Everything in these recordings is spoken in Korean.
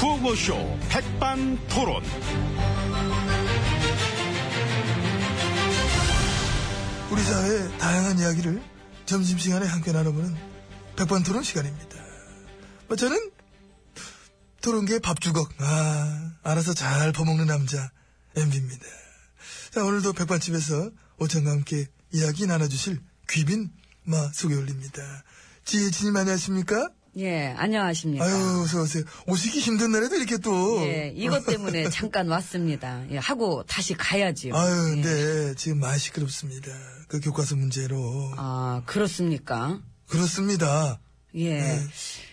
라디오쇼 백반 토론. 우리 사회의 다양한 이야기를 점심시간에 함께 나눠보는 백반 토론 시간입니다. 뭐 저는 토론계 밥주걱, 아, 알아서 잘 퍼먹는 남자, MB입니다. 자, 오늘도 백반집에서 오천과 함께 이야기 나눠주실 귀빈, 마, 소개 올립니다. 지혜진님 안녕하십니까? 예, 안녕하십니까. 아유, 어서오세요. 오시기 힘든 날에도 이렇게 또. 예, 이것 때문에 잠깐 왔습니다. 예, 하고 다시 가야지요. 아유, 예. 네, 지금 많이 시끄럽습니다. 그 교과서 문제로. 아, 그렇습니까? 그렇습니다. 예. 네.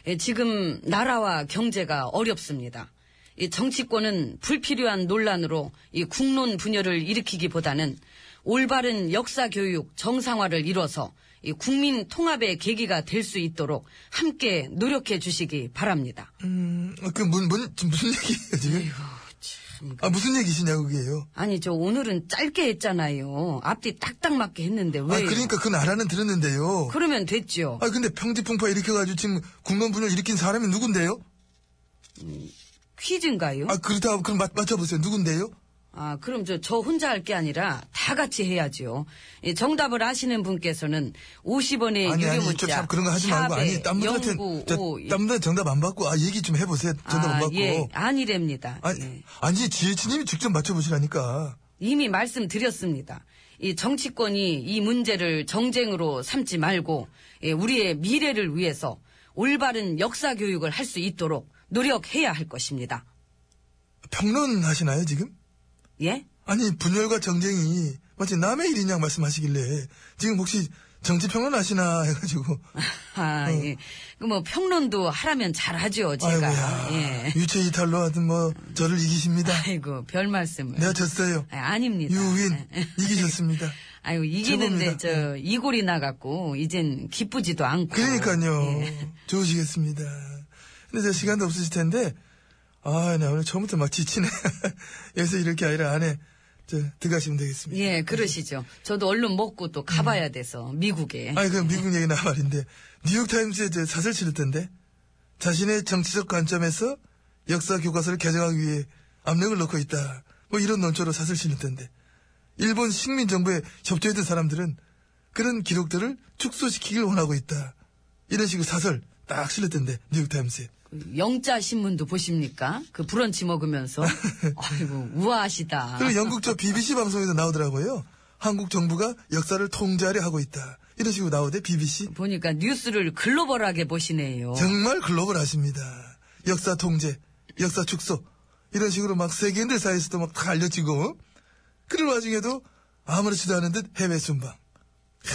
예, 지금 나라와 경제가 어렵습니다. 이 정치권은 불필요한 논란으로 이 국론 분열을 일으키기보다는 올바른 역사 교육 정상화를 이뤄서 이 국민 통합의 계기가 될 수 있도록 함께 노력해 주시기 바랍니다. 음, 그, 문, 문, 지금 무슨 얘기예요, 지금? 참. 아, 무슨 얘기시냐고, 그게요. 아니 저 오늘은 짧게 했잖아요. 앞뒤 딱딱 맞게 했는데 왜? 아, 그러니까 그 나라는 들었는데요. 그러면 됐죠. 아, 근데 평지풍파 일으켜가지고 지금 국론 분열 일으킨 사람이 누군데요? 퀴즈인가요? 아, 그렇다, 그럼 맞, 맞춰보세요. 누군데요? 아, 그럼 저, 저 혼자 할 게 아니라 다 같이 해야죠. 예, 정답을 아시는 분께서는 50원의 아니, 예, 유료 아니, 문자. 좀 참 그런 거 하지 말고. 아니, 딴 분한테, 저, 딴 분한테 정답 안 받고, 아, 얘기 좀 해보세요. 정답 안 예. 아, 받고. 예, 아니랍니다. 아니, 예. 아니, 지혜치님이 직접 맞춰보시라니까. 이미 말씀드렸습니다. 이 정치권이 이 문제를 정쟁으로 삼지 말고 예, 우리의 미래를 위해서 올바른 역사 교육을 할 수 있도록 노력해야 할 것입니다. 평론하시나요, 지금? 예? 아니, 분열과 정쟁이 마치 남의 일이냐 말씀하시길래, 지금 혹시 정치평론 하시나 해가지고, 아, 어. 예. 그 뭐 평론도 하라면 잘하죠, 제가. 아이고야. 예. 유체 이탈로 하든 뭐 저를 이기십니다. 아이고, 별 말씀을. 내가 네. 졌어요. 아, 닙니다 유윈 이기셨습니다. 아이고, 최고입니다. 네. 이기는데 저 이골이 나갖고 이젠 기쁘지도 않고. 그러니까요. 예. 좋으시겠습니다. 근데 제 시간도 없으실 텐데 아, 나 오늘 처음부터 막 지치네. 여기서 이렇게 아니라 안에 저 들어가시면 되겠습니다. 예, 그러시죠. 저도 얼른 먹고 또 가봐야 돼서 미국에. 아니 그 미국 얘기 나 말인데 뉴욕 타임스에 저 사설 실었던데 자신의 정치적 관점에서 역사 교과서를 개정하기 위해 압력을 넣고 있다. 뭐 이런 논조로 사설 실었던데 일본 식민 정부에 협조했던 사람들은 그런 기록들을 축소시키길 원하고 있다. 이런 식으로 사설 딱 실렸던데 뉴욕 타임스에. 그 영자 신문도 보십니까? 그 브런치 먹으면서. 아이고, 우아하시다. 그리고 영국 저 BBC 방송에서 나오더라고요. 한국 정부가 역사를 통제하려 하고 있다. 이런 식으로 나오대 BBC. 보니까 뉴스를 글로벌하게 보시네요. 어. 정말 글로벌 하십니다. 역사 통제, 역사 축소. 이런 식으로 막 세계인들 사이에서도 막 다 알려지고. 어? 그럴 와중에도 아무렇지도 않은 듯 해외 순방. 캬,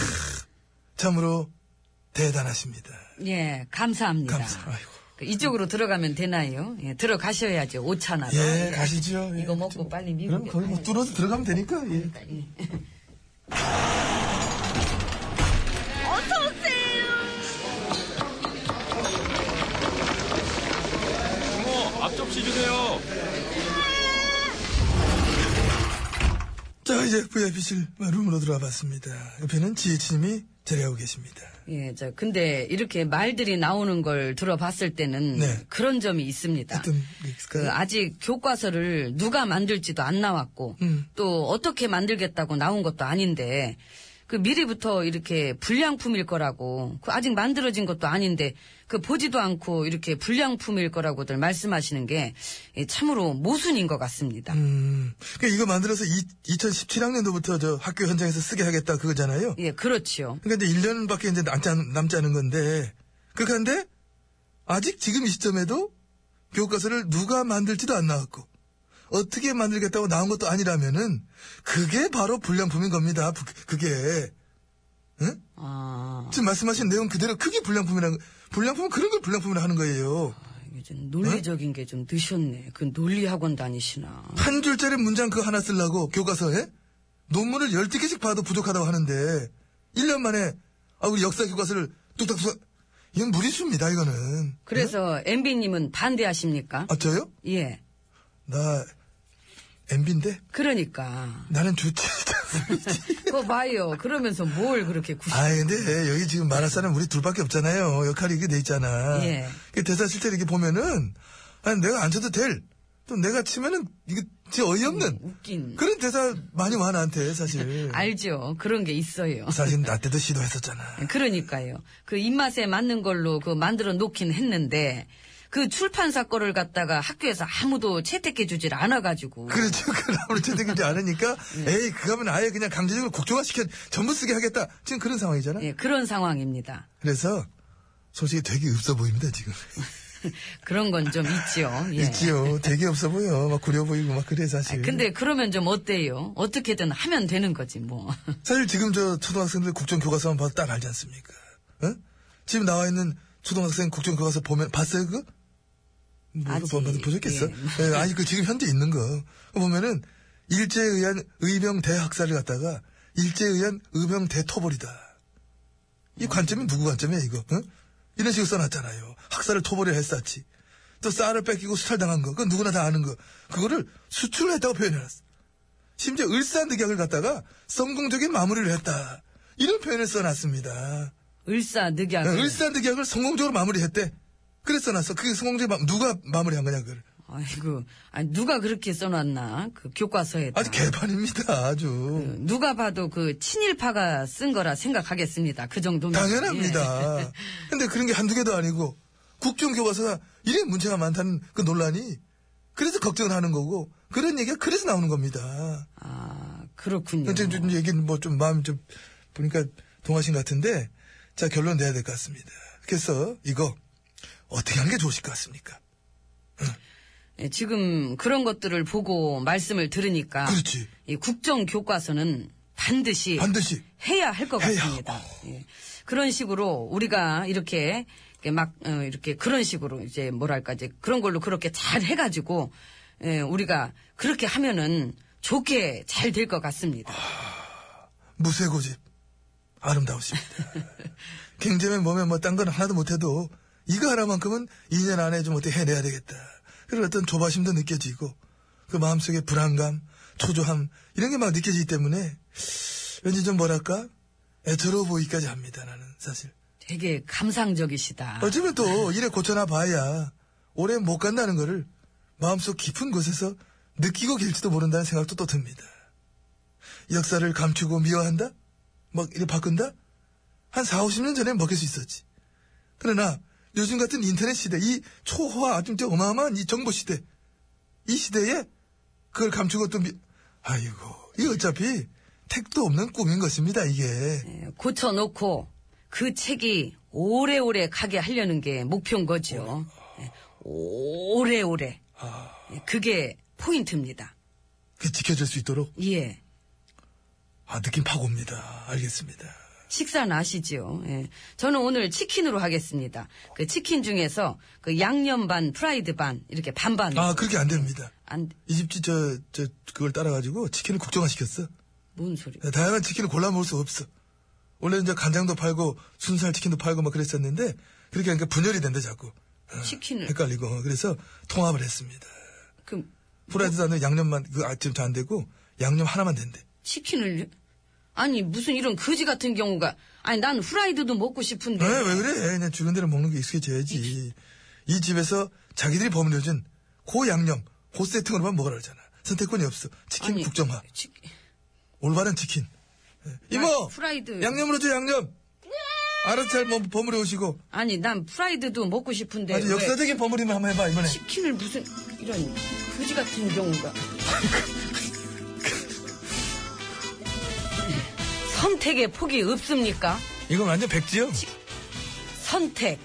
참으로 대단하십니다. 예, 감사합니다. 감사. 아이고. 그 이쪽으로 들어가면 되나요? 예, 들어가셔야죠. 오차나로. 예, 가시죠. 예. 아, 이거 먹고 빨리 그럼 미국에 거기 뭐 뚫어서 들어가면 되니까. 예. 어머, 앞접시 주세요. 자, 이제 VIP실 룸으로 들어와 봤습니다. 옆에는 지혜치님이 자리하고 계십니다. 예, 저 근데 이렇게 말들이 나오는 걸 들어봤을 때는 네. 그런 점이 있습니다. 어떤 게 있을까요? 아. 그 아직 교과서를 누가 만들지도 안 나왔고 음. 또 어떻게 만들겠다고 나온 것도 아닌데 그 미리부터 이렇게 불량품일 거라고 그 아직 만들어진 것도 아닌데 그 보지도 않고 이렇게 불량품일 거라고들 말씀하시는 게 예, 참으로 모순인 것 같습니다. 음, 그러니까 이거 만들어서 2017학년도부터 저 학교 현장에서 쓰게 하겠다 그거잖아요. 예, 그렇지요. 그러니까 이제 1년밖에 이제 남지, 않, 남지 않은 건데. 그건데, 아직 지금 이 시점에도 교과서를 누가 만들지도 안 나왔고, 어떻게 만들겠다고 나온 것도 아니라면은, 그게 바로 불량품인 겁니다. 부- 그게. 응? 아, 지금 말씀하신 내용 그대로 크게 불량품이라는, 불량품은 그런 걸 불량품이라 하는 거예요. 이게 좀 논리적인 게 좀 드셨네. 그 논리학원 다니시나. 한 줄짜리 문장 그거 하나 쓰려고 교과서에 논문을 12개씩 봐도 부족하다고 하는데 1년 만에 아 우리 역사 교과서를 뚝딱뚝딱 이건 무리수입니다 이거는 그래서 MB님은 반대하십니까? 아 저요? 예. 나 MB인데 그러니까. 나는 좋지 그거 봐요. 그러면서 뭘 그렇게 구시 아 근데 여기 지금 말할 사람 우리 둘밖에 없잖아요 역할이 이게 돼 있잖아 예. 그 대사 실제 이렇게 보면은 아니, 내가 안 쳐도 될. 또 내가 치면은, 이게 진짜 어이없는. 음, 웃긴. 아, 그런 대사 많이 와, 나한테, 사실. 알죠. 그런 게 있어요. 사실 나 때도 시도했었잖아. 그러니까요. 그 입맛에 맞는 걸로 그 만들어 놓긴 했는데 그 출판사 거를 갖다가 학교에서 아무도 채택해 주질 않아가지고 그렇죠. 그 아무리 채택이지 않으니까, 에이, 그거 하면 아예 그냥 강제적으로 국정화시켜 전부 쓰게 하겠다. 지금 그런 상황이잖아. 예, 그런 상황입니다. 그래서, 솔직히 되게 없어 보입니다, 지금. 그런 건 좀 있지요. 예. 있지요. 되게 없어 보여. 막 구려 보이고 막 그래, 사실. 근데 그러면 좀 어때요? 어떻게든 하면 되는 거지 뭐. 사실 지금 저 초등학생들 국정교과서만 봐도 딱 알지 않습니까? 어? 지금 나와 있는 초등학생 국정교과서 보면 봤어요 그거? 뭐 아직, 보- 보셨겠어? 예. 예, 아니 그 지금 현재 있는 거 그거 보면은 일제에 의한 의병 대학살을 갖다가 일제에 의한 의병 대토벌이다. 이 음. 관점이 누구 관점이야 이거? 어? 이런 식으로 써놨잖아요. 학살을 토벌을 했었지. 또 쌀을 뺏기고 수탈당한 거, 그건 누구나 다 아는 거. 그거를 수출을 했다고 표현해놨어. 심지어 을사늑약을 갖다가 성공적인 마무리를 했다. 이런 표현을 써놨습니다. 을사늑약. 아, 을사늑약을 성공적으로 마무리했대. 그래 써놨어. 그게 성공적인 마, 누가 마무리한 거냐 그걸. 아이고, 아니, 누가 그렇게 써놨나? 그 교과서에. 아주 개판입니다. 아주. 누가 봐도 그 친일파가 쓴 거라 생각하겠습니다. 그 정도면. 예. 당연합니다. 근데 그런 게 한두 개도 아니고 국정교과서가 이래 문제가 많다는 그 논란이 그래서 걱정을 하는 거고 그런 얘기가 그래서 나오는 겁니다. 아, 그렇군요. 이제 좀 얘기는 뭐 좀 마음 좀 보니까 동하신 것 같은데 자 결론 내야 될 것 같습니다. 그래서 이거 어떻게 하는 게 좋으실 것 같습니까? 예, 지금 그런 것들을 보고 말씀을 들으니까. 그렇지. 이 국정 교과서는 반드시. 반드시 해야 할 것 해야. 같습니다. 예. 그런 식으로 우리가 이렇게 이렇게 막 어, 이렇게 그런 식으로 이제 뭐랄까 이제 그런 걸로 그렇게 잘 해가지고 예, 우리가 그렇게 하면은 좋게 잘 될 것 같습니다. 무쇠고집 아름다우십니다. 경제면 뭐면 뭐 딴 건 하나도 못해도 이거 하나만큼은 2년 안에 좀 어떻게 해내야 되겠다. 그런 어떤 조바심도 느껴지고 그 마음속에 불안감, 초조함 이런 게 막 느껴지기 때문에 왠지 좀 뭐랄까 애처로워 보이기까지 합니다. 나는 사실. 되게 감상적이시다. 어쩌면 또 이래 고쳐나 봐야 오래 못 간다는 거를 마음속 깊은 곳에서 느끼고 길지도 모른다는 생각도 또 듭니다. 역사를 감추고 미워한다? 막 이래 바꾼다? 한 4, 50년 전에 먹힐 수 있었지. 그러나 요즘 같은 인터넷 시대, 이 초호화 아주 진짜 어마어마한 이 정보 시대, 이 시대에 그걸 감추고 또 미, 아이고, 이 어차피 택도 없는 꿈인 것입니다, 이게. 예, 고쳐놓고 그 책이 오래오래 가게 하려는 게 목표인 거죠. 예, 오래오래. 아. 예, 그게 포인트입니다. 그 지켜질 수 있도록, 예. 아, 느낌 파고 옵니다. 알겠습니다. 식사는 아시지요. 예. 저는 오늘 치킨으로 하겠습니다. 그 치킨 중에서 그 양념 반, 프라이드 반 이렇게 반반. 아, 그렇게 안 됩니다. 안, 이 집지 저, 저, 그걸 따라가지고 치킨을 국정화시켰어. 뭔 소리? 다양한 치킨을 골라 먹을 수 없어. 원래 이제 간장도 팔고 순살 치킨도 팔고 막 그랬었는데 그렇게 하니까 분열이 된다 자꾸. 어, 치킨을. 헷갈리고 어, 그래서 통합을 했습니다. 그 프라이드도 안 되고 양념만 그 아, 지금 잘안 되고 양념 하나만 된대. 치킨을 아니 무슨 이런 거지 같은 경우가 아니 난 후라이드도 먹고 싶은데. 에이, 네, 왜 그래? 그냥 주는 대로 먹는 게 익숙해져야지. 이 집에서 자기들이 버무려준 고 양념, 고 세팅으로만 먹으라 그러잖아. 선택권이 없어. 치킨 아니, 국정화. 치- 올바른 치킨. 예. 이모! 프라이드. 네! 양념으로 줘, 양념! 알아서 잘 버- 버무려 오시고. 아니 난 프라이드도 먹고 싶은데. 아주 왜 역사적인 버무림 한번 해봐, 이번에. 네, 치킨을 무슨 이런 거지 같은 경우가. 선택의 폭이 없습니까? 이건 완전 백지요? 선택.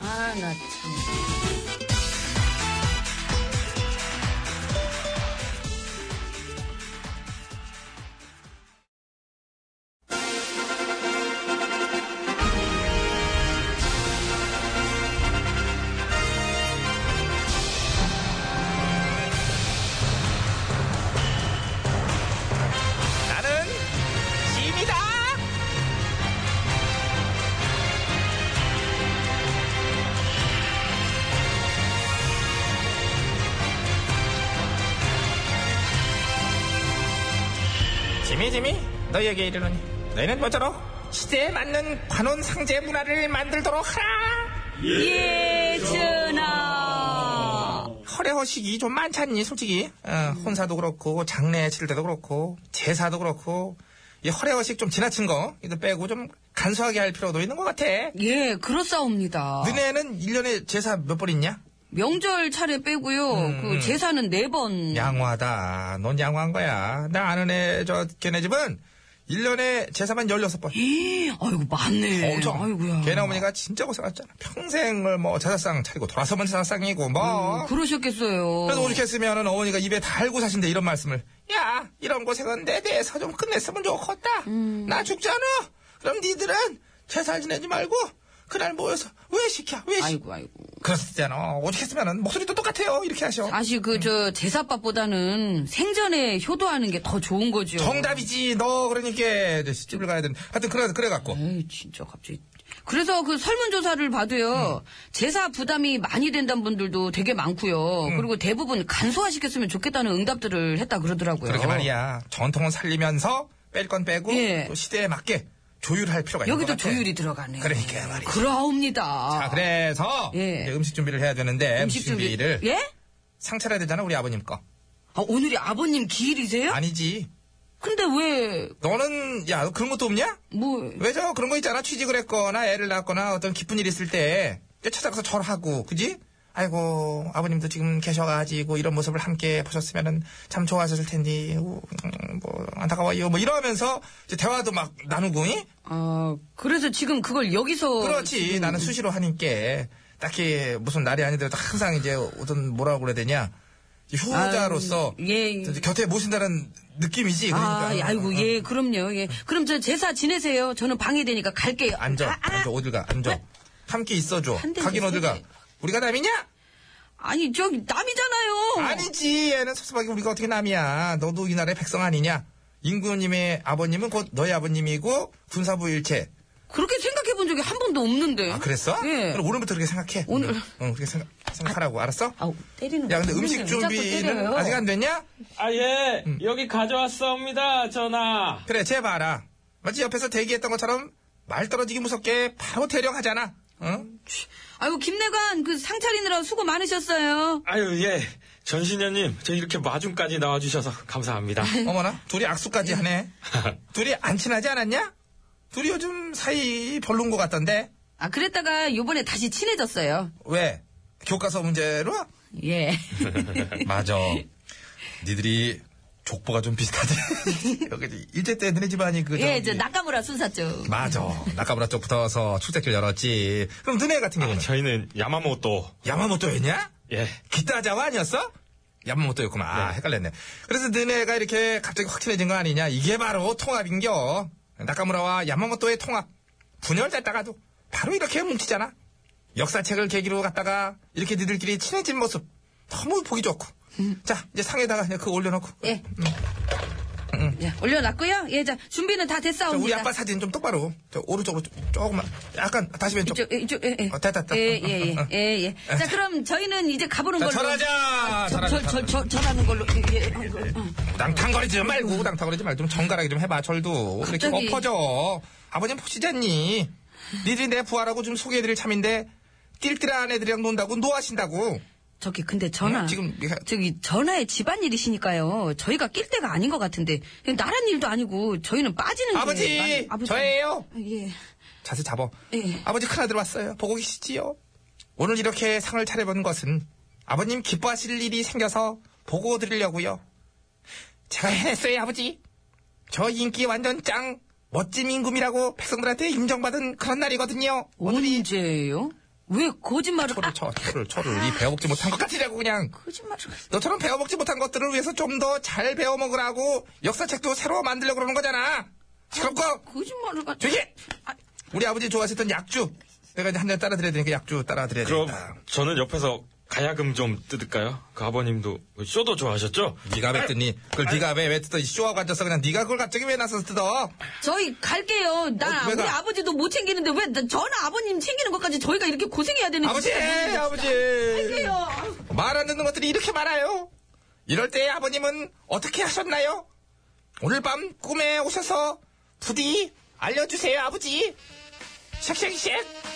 아, 나 참. 나는 짐이다. 지미 지미 너희에게 이르노니 너희는 모쪼록 시대에 맞는 관원 상제 문화를 만들도록 하라. 예전아. 허례허식이 좀 많잖니 솔직히 어, 혼사도 그렇고 장례 치를 때도 그렇고 제사도 그렇고 이 허례허식 좀 지나친 거 이거 빼고 좀 간소하게 할 필요도 있는 것 같아 예, 그렇사옵니다. 너네는 1년에 제사 몇 번 있냐? 명절 차례 빼고요. 음, 그 제사는 네 번. 양호하다 넌 양호한 거야 나 아는 애 저 걔네 집은 1년에 제사만 16번 이, 아이고 맞네. 엄청 예. 아이고야. 걔네 어머니가 진짜 고생하셨잖아 평생을 뭐 제사상 차리고 돌아서면 제사상이고 뭐 음, 그러셨겠어요. 그래서 오죽 했으면 어머니가 입에 달고 사신데 이런 말씀을 야 이런 고생은 내 대해서 좀 끝냈으면 좋겠다 음. 나 죽잖아 그럼 니들은 제살 지내지 말고 그날 모여서 왜 시켜 왜 시켜 아이고 아이고. 그랬잖아 오죽 했으면 목소리도 똑같아요 이렇게 하셔 사실 그 저 제사밥보다는 생전에 효도하는 게 더 좋은 거죠. 정답이지 너 그러니까 이제 집을 가야 되는 하여튼 그래, 그래갖고 에이 진짜 갑자기. 그래서 그 설문조사를 봐도요 제사 부담이 많이 된다는 분들도 되게 많고요 음. 그리고 대부분 간소화시켰으면 좋겠다는 응답들을 했다 그러더라고요. 그렇게 말이야 전통은 살리면서 뺄 건 빼고 어. 예. 또 시대에 맞게 조율할 필요가 있는 여기도 것 같아. 조율이 들어가네. 그러니까 말이야 그러옵니다. 자, 그래서 예. 이제 음식 준비를 해야 되는데 음식, 준비를 예? 상차려야 되잖아 우리 아버님 거 아, 오늘이 아버님 기일이세요? 아니지 근데 왜 너는 야 너 그런 것도 없냐? 뭐? 왜 저 그런 거 있잖아 취직을 했거나 애를 낳았거나 어떤 기쁜 일 있을 때 찾아가서 절하고 그지? 아이고 아버님도 지금 계셔가지고 이런 모습을 함께 보셨으면 참 좋아하셨을 텐데 우, 음, 뭐 안타까워요 뭐 이러면서 이제 대화도 막 나누고 잉? 아 그래서 지금 그걸 여기서 그렇지. 음. 나는 수시로 하니께 딱히 무슨 날이 아니더라도 항상 이제 어떤 뭐라고 그래야 되냐. 이 후자로서 아유, 예. 곁에 모신다는 느낌이지. 그러니까. 아, 아이고, 예, 그럼요, 예. 그럼 저 제사 지내세요. 저는 방해되니까 갈게요. 앉아. 아, 아, 앉아. 어딜 가. 앉아. 함께 있어줘. 안 돼, 가긴 안 어딜 돼. 가. 우리가 남이냐? 아니, 저기, 남이잖아요. 아니지. 얘는 섭섭하게 우리가 어떻게 남이야. 너도 이 나라의 백성 아니냐. 인구님의 아버님은 곧 너희 아버님이고 군사부 일체. 그렇게 생각해 본 적이 한 번도 없는데. 아 그랬어? 예. 그럼 오늘부터 그렇게 생각해. 오늘. 응, 그렇게 생각, 생각하라고. 알았어? 아우, 때리는 야 근데 거. 음식 왜 자꾸 준비는 때려요? 아직 안 됐냐? 아, 예. 여기 가져왔사옵니다, 전하. 그래, 쟤 봐라. 마치 옆에서 대기했던 것처럼 말 떨어지기 무섭게 바로 대령하잖아. 응? 아이고, 김내관, 그 상차리느라 수고 많으셨어요. 아유, 예. 전신현님, 저 이렇게 마중까지 나와주셔서 감사합니다. 어머나, 둘이 악수까지 하네. 둘이 안 친하지 않았냐? 둘이 요즘 사이 별론 것 같던데. 아, 그랬다가 요번에 다시 친해졌어요. 왜? 교과서 문제로? 예. 맞아. 니들이 족보가 좀 비슷하대. 여기 일제 때 너네 집안이 그 예, 저 저기- 나카무라 순사 쪽. 맞아. 낙가브라 쪽 붙어서 출제길 열었지. 그럼 너네 같은 경우는 아, 저희는 야마모토. 야마모토였냐? 예. 기타자와 아니었어? 야마모토였구만. 아, 네. 헷갈렸네. 그래서 너네가 이렇게 갑자기 확 친해진 거 아니냐? 이게 바로 통합인겨. 나카무라와 야마모토의 통합. 분열됐다가도 바로 이렇게 뭉치잖아. 역사책을 계기로 갖다가 이렇게 니들끼리 친해진 모습. 너무 보기 좋고. 자, 이제 상에다가 그냥 그거 올려놓고. 음. 예. 예, 올려놨고요. 예, 자, 준비는 다 자, 됐사옵니다. 음. 우리 아빠 사진 좀 똑바로. 저 오른쪽으로 좀- 조금만. 약간 다시 왼쪽. 이쪽, 예, 이쪽, 예, 예. 어, 됐다, 됐다. 예, 예, 예, 예, 예. 자, 그럼 저희는 이제 가보는 자, 걸로. 전하자! 저, 전하자, 저, 저, 저, 전하는 걸로. 예, 예. 아이고, 어. 낭탕거리지 좀 말고 낭탕거리지 말고 좀 정갈하게 좀 해봐 절도 그렇게 갑자기. 엎어져 아버님 보시잖니 니들이 내 부하라고 좀 소개해드릴 참인데 띨띨한 애들이랑 논다고 노하신다고 저기, 근데 전화. 응, 네, 지금 이게- 저기, 전화의 집안일이시니까요. 저희가 낄 때가 아닌 것 같은데. 나란 일도 아니고, 저희는 빠지는 게 아버지, 많이- 저예요. 예. 아, 예. 자세 잡아 예. 아버지 큰아들 왔어요 보고 계시지요 오늘 이렇게 상을 차려본 것은 아버님 기뻐하실 일이 생겨서 보고 드리려고요 제가 해냈어요 아버지 저 인기 완전 짱 멋진 임금이라고 백성들한테 인정받은 그런 날이거든요 언제예요? 왜 거짓말을. 초를 쳐, 초를, 초를. 이 배워먹지 못한 것 같으냐고, 그냥. 아, 거짓말을. 너처럼 배워먹지 못한 것들을 위해서 좀 더 잘 배워먹으라고 역사책도 새로 만들려고 그러는 거잖아. 시끄럽고, 거짓말을. 가- 조용히! 해! 우리 아버지 좋아하셨던 약주. 내가 이제 한 잔 따라 드려야 되니까 약주 따라 드려야 그럼 되겠다. 저는 옆에서 가야금 좀 뜯을까요? 그 아버님도 쇼도 좋아하셨죠? 네가 왜 뜯니? 그걸 네가 왜, 왜 뜯어? 이 쇼하고 앉아서 그냥 네가 그걸 갑자기 왜 나서서 뜯어? 저희 갈게요. 나 어, 왜 우리 가? 아버지도 못 챙기는데 왜 나- 전화 아버님 챙기는 것까지 저희가 이렇게 고생해야 되는지. 아버지! 진짜 아버지! 모르겠어요. 아유. 말 안 듣는 것들이 이렇게 많아요. 이럴 때 아버님은 어떻게 하셨나요? 오늘 밤 꿈에 오셔서 부디 알려주세요, 아버지. 쉑쉑쉑.